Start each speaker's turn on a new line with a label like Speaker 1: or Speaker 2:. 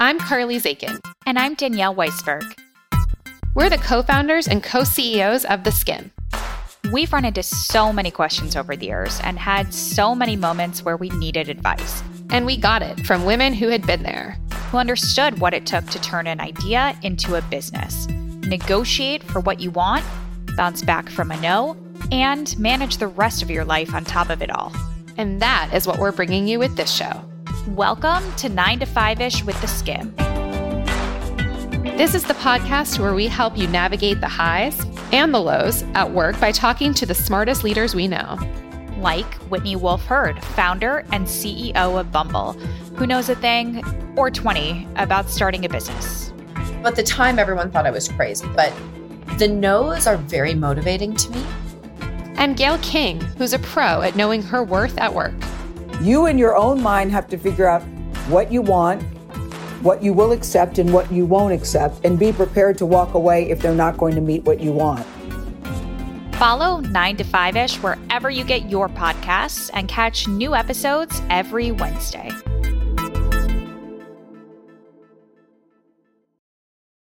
Speaker 1: I'm Carly Zakin.
Speaker 2: And I'm Danielle Weisberg.
Speaker 1: We're the co founders and co CEOs of The Skin.
Speaker 2: We've run into so many questions over the years and had so many moments where we needed advice,
Speaker 1: And we got it from women who had been there.
Speaker 2: who understood what it took to turn an idea into a business, negotiate for what you want, bounce back from a no, and manage the rest of your life on top of it all.
Speaker 1: And that is what we're bringing you with this show.
Speaker 2: Welcome to 9 to 5 ish with the skim.
Speaker 1: This is the podcast where we help you navigate the highs and the lows at work by talking to the smartest leaders we know.
Speaker 2: like Whitney Wolf Hurd, founder and CEO of Bumble, who knows a thing or 20 about starting a business.
Speaker 3: At the time, everyone thought I was crazy, but the no's are very motivating to me.
Speaker 1: And Gail King, who's a pro at knowing her worth at work.
Speaker 4: You in your own mind have to figure out what you want, what you will accept, and what you won't accept, and be prepared to walk away if they're not going to meet what you want.
Speaker 2: Follow 9 to 5 ish wherever you get your podcasts and catch new episodes every Wednesday.